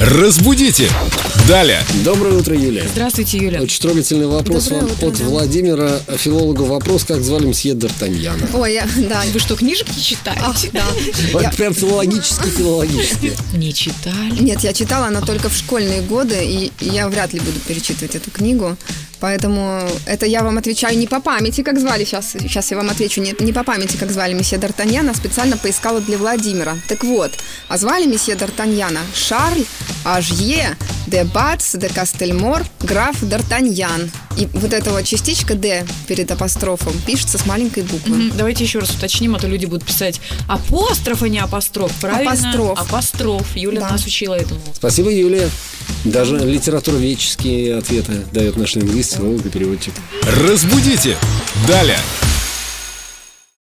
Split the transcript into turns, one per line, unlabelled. Разбудите! Далее!
Доброе утро, Юлия.
Здравствуйте, Юля.
Очень трогательный вопрос
Доброе
вам
утро,
от
да.
Владимира, э, филолога. Вопрос, как звали мсье Д'Артаньяна.
Ой, я- да.
Вы что, книжки читаете?
А, да.
Вот прям филологически, филологически.
А.
Не читали.
Нет, я читала она только в школьные годы, и я вряд ли буду перечитывать эту книгу. Поэтому это я вам отвечаю не по памяти, как звали сейчас. Сейчас я вам отвечу не, не по памяти, как звали месье Д'Артаньяна, а специально поискала для Владимира. Так вот, а звали месье Д'Артаньяна Шарль Ажье де Бац де Кастельмор граф Д'Артаньян. И вот эта вот частичка «Д» перед апострофом пишется с маленькой буквы.
Давайте еще раз уточним, а то люди будут писать апостроф, а не апостроф. Правильно?
Апостроф.
Апостроф. Юля
Да.
нас учила этому.
Спасибо, Юлия. Даже литературоведческие ответы дает наш лингвист, филолог и переводчик.
Разбудите! Далее!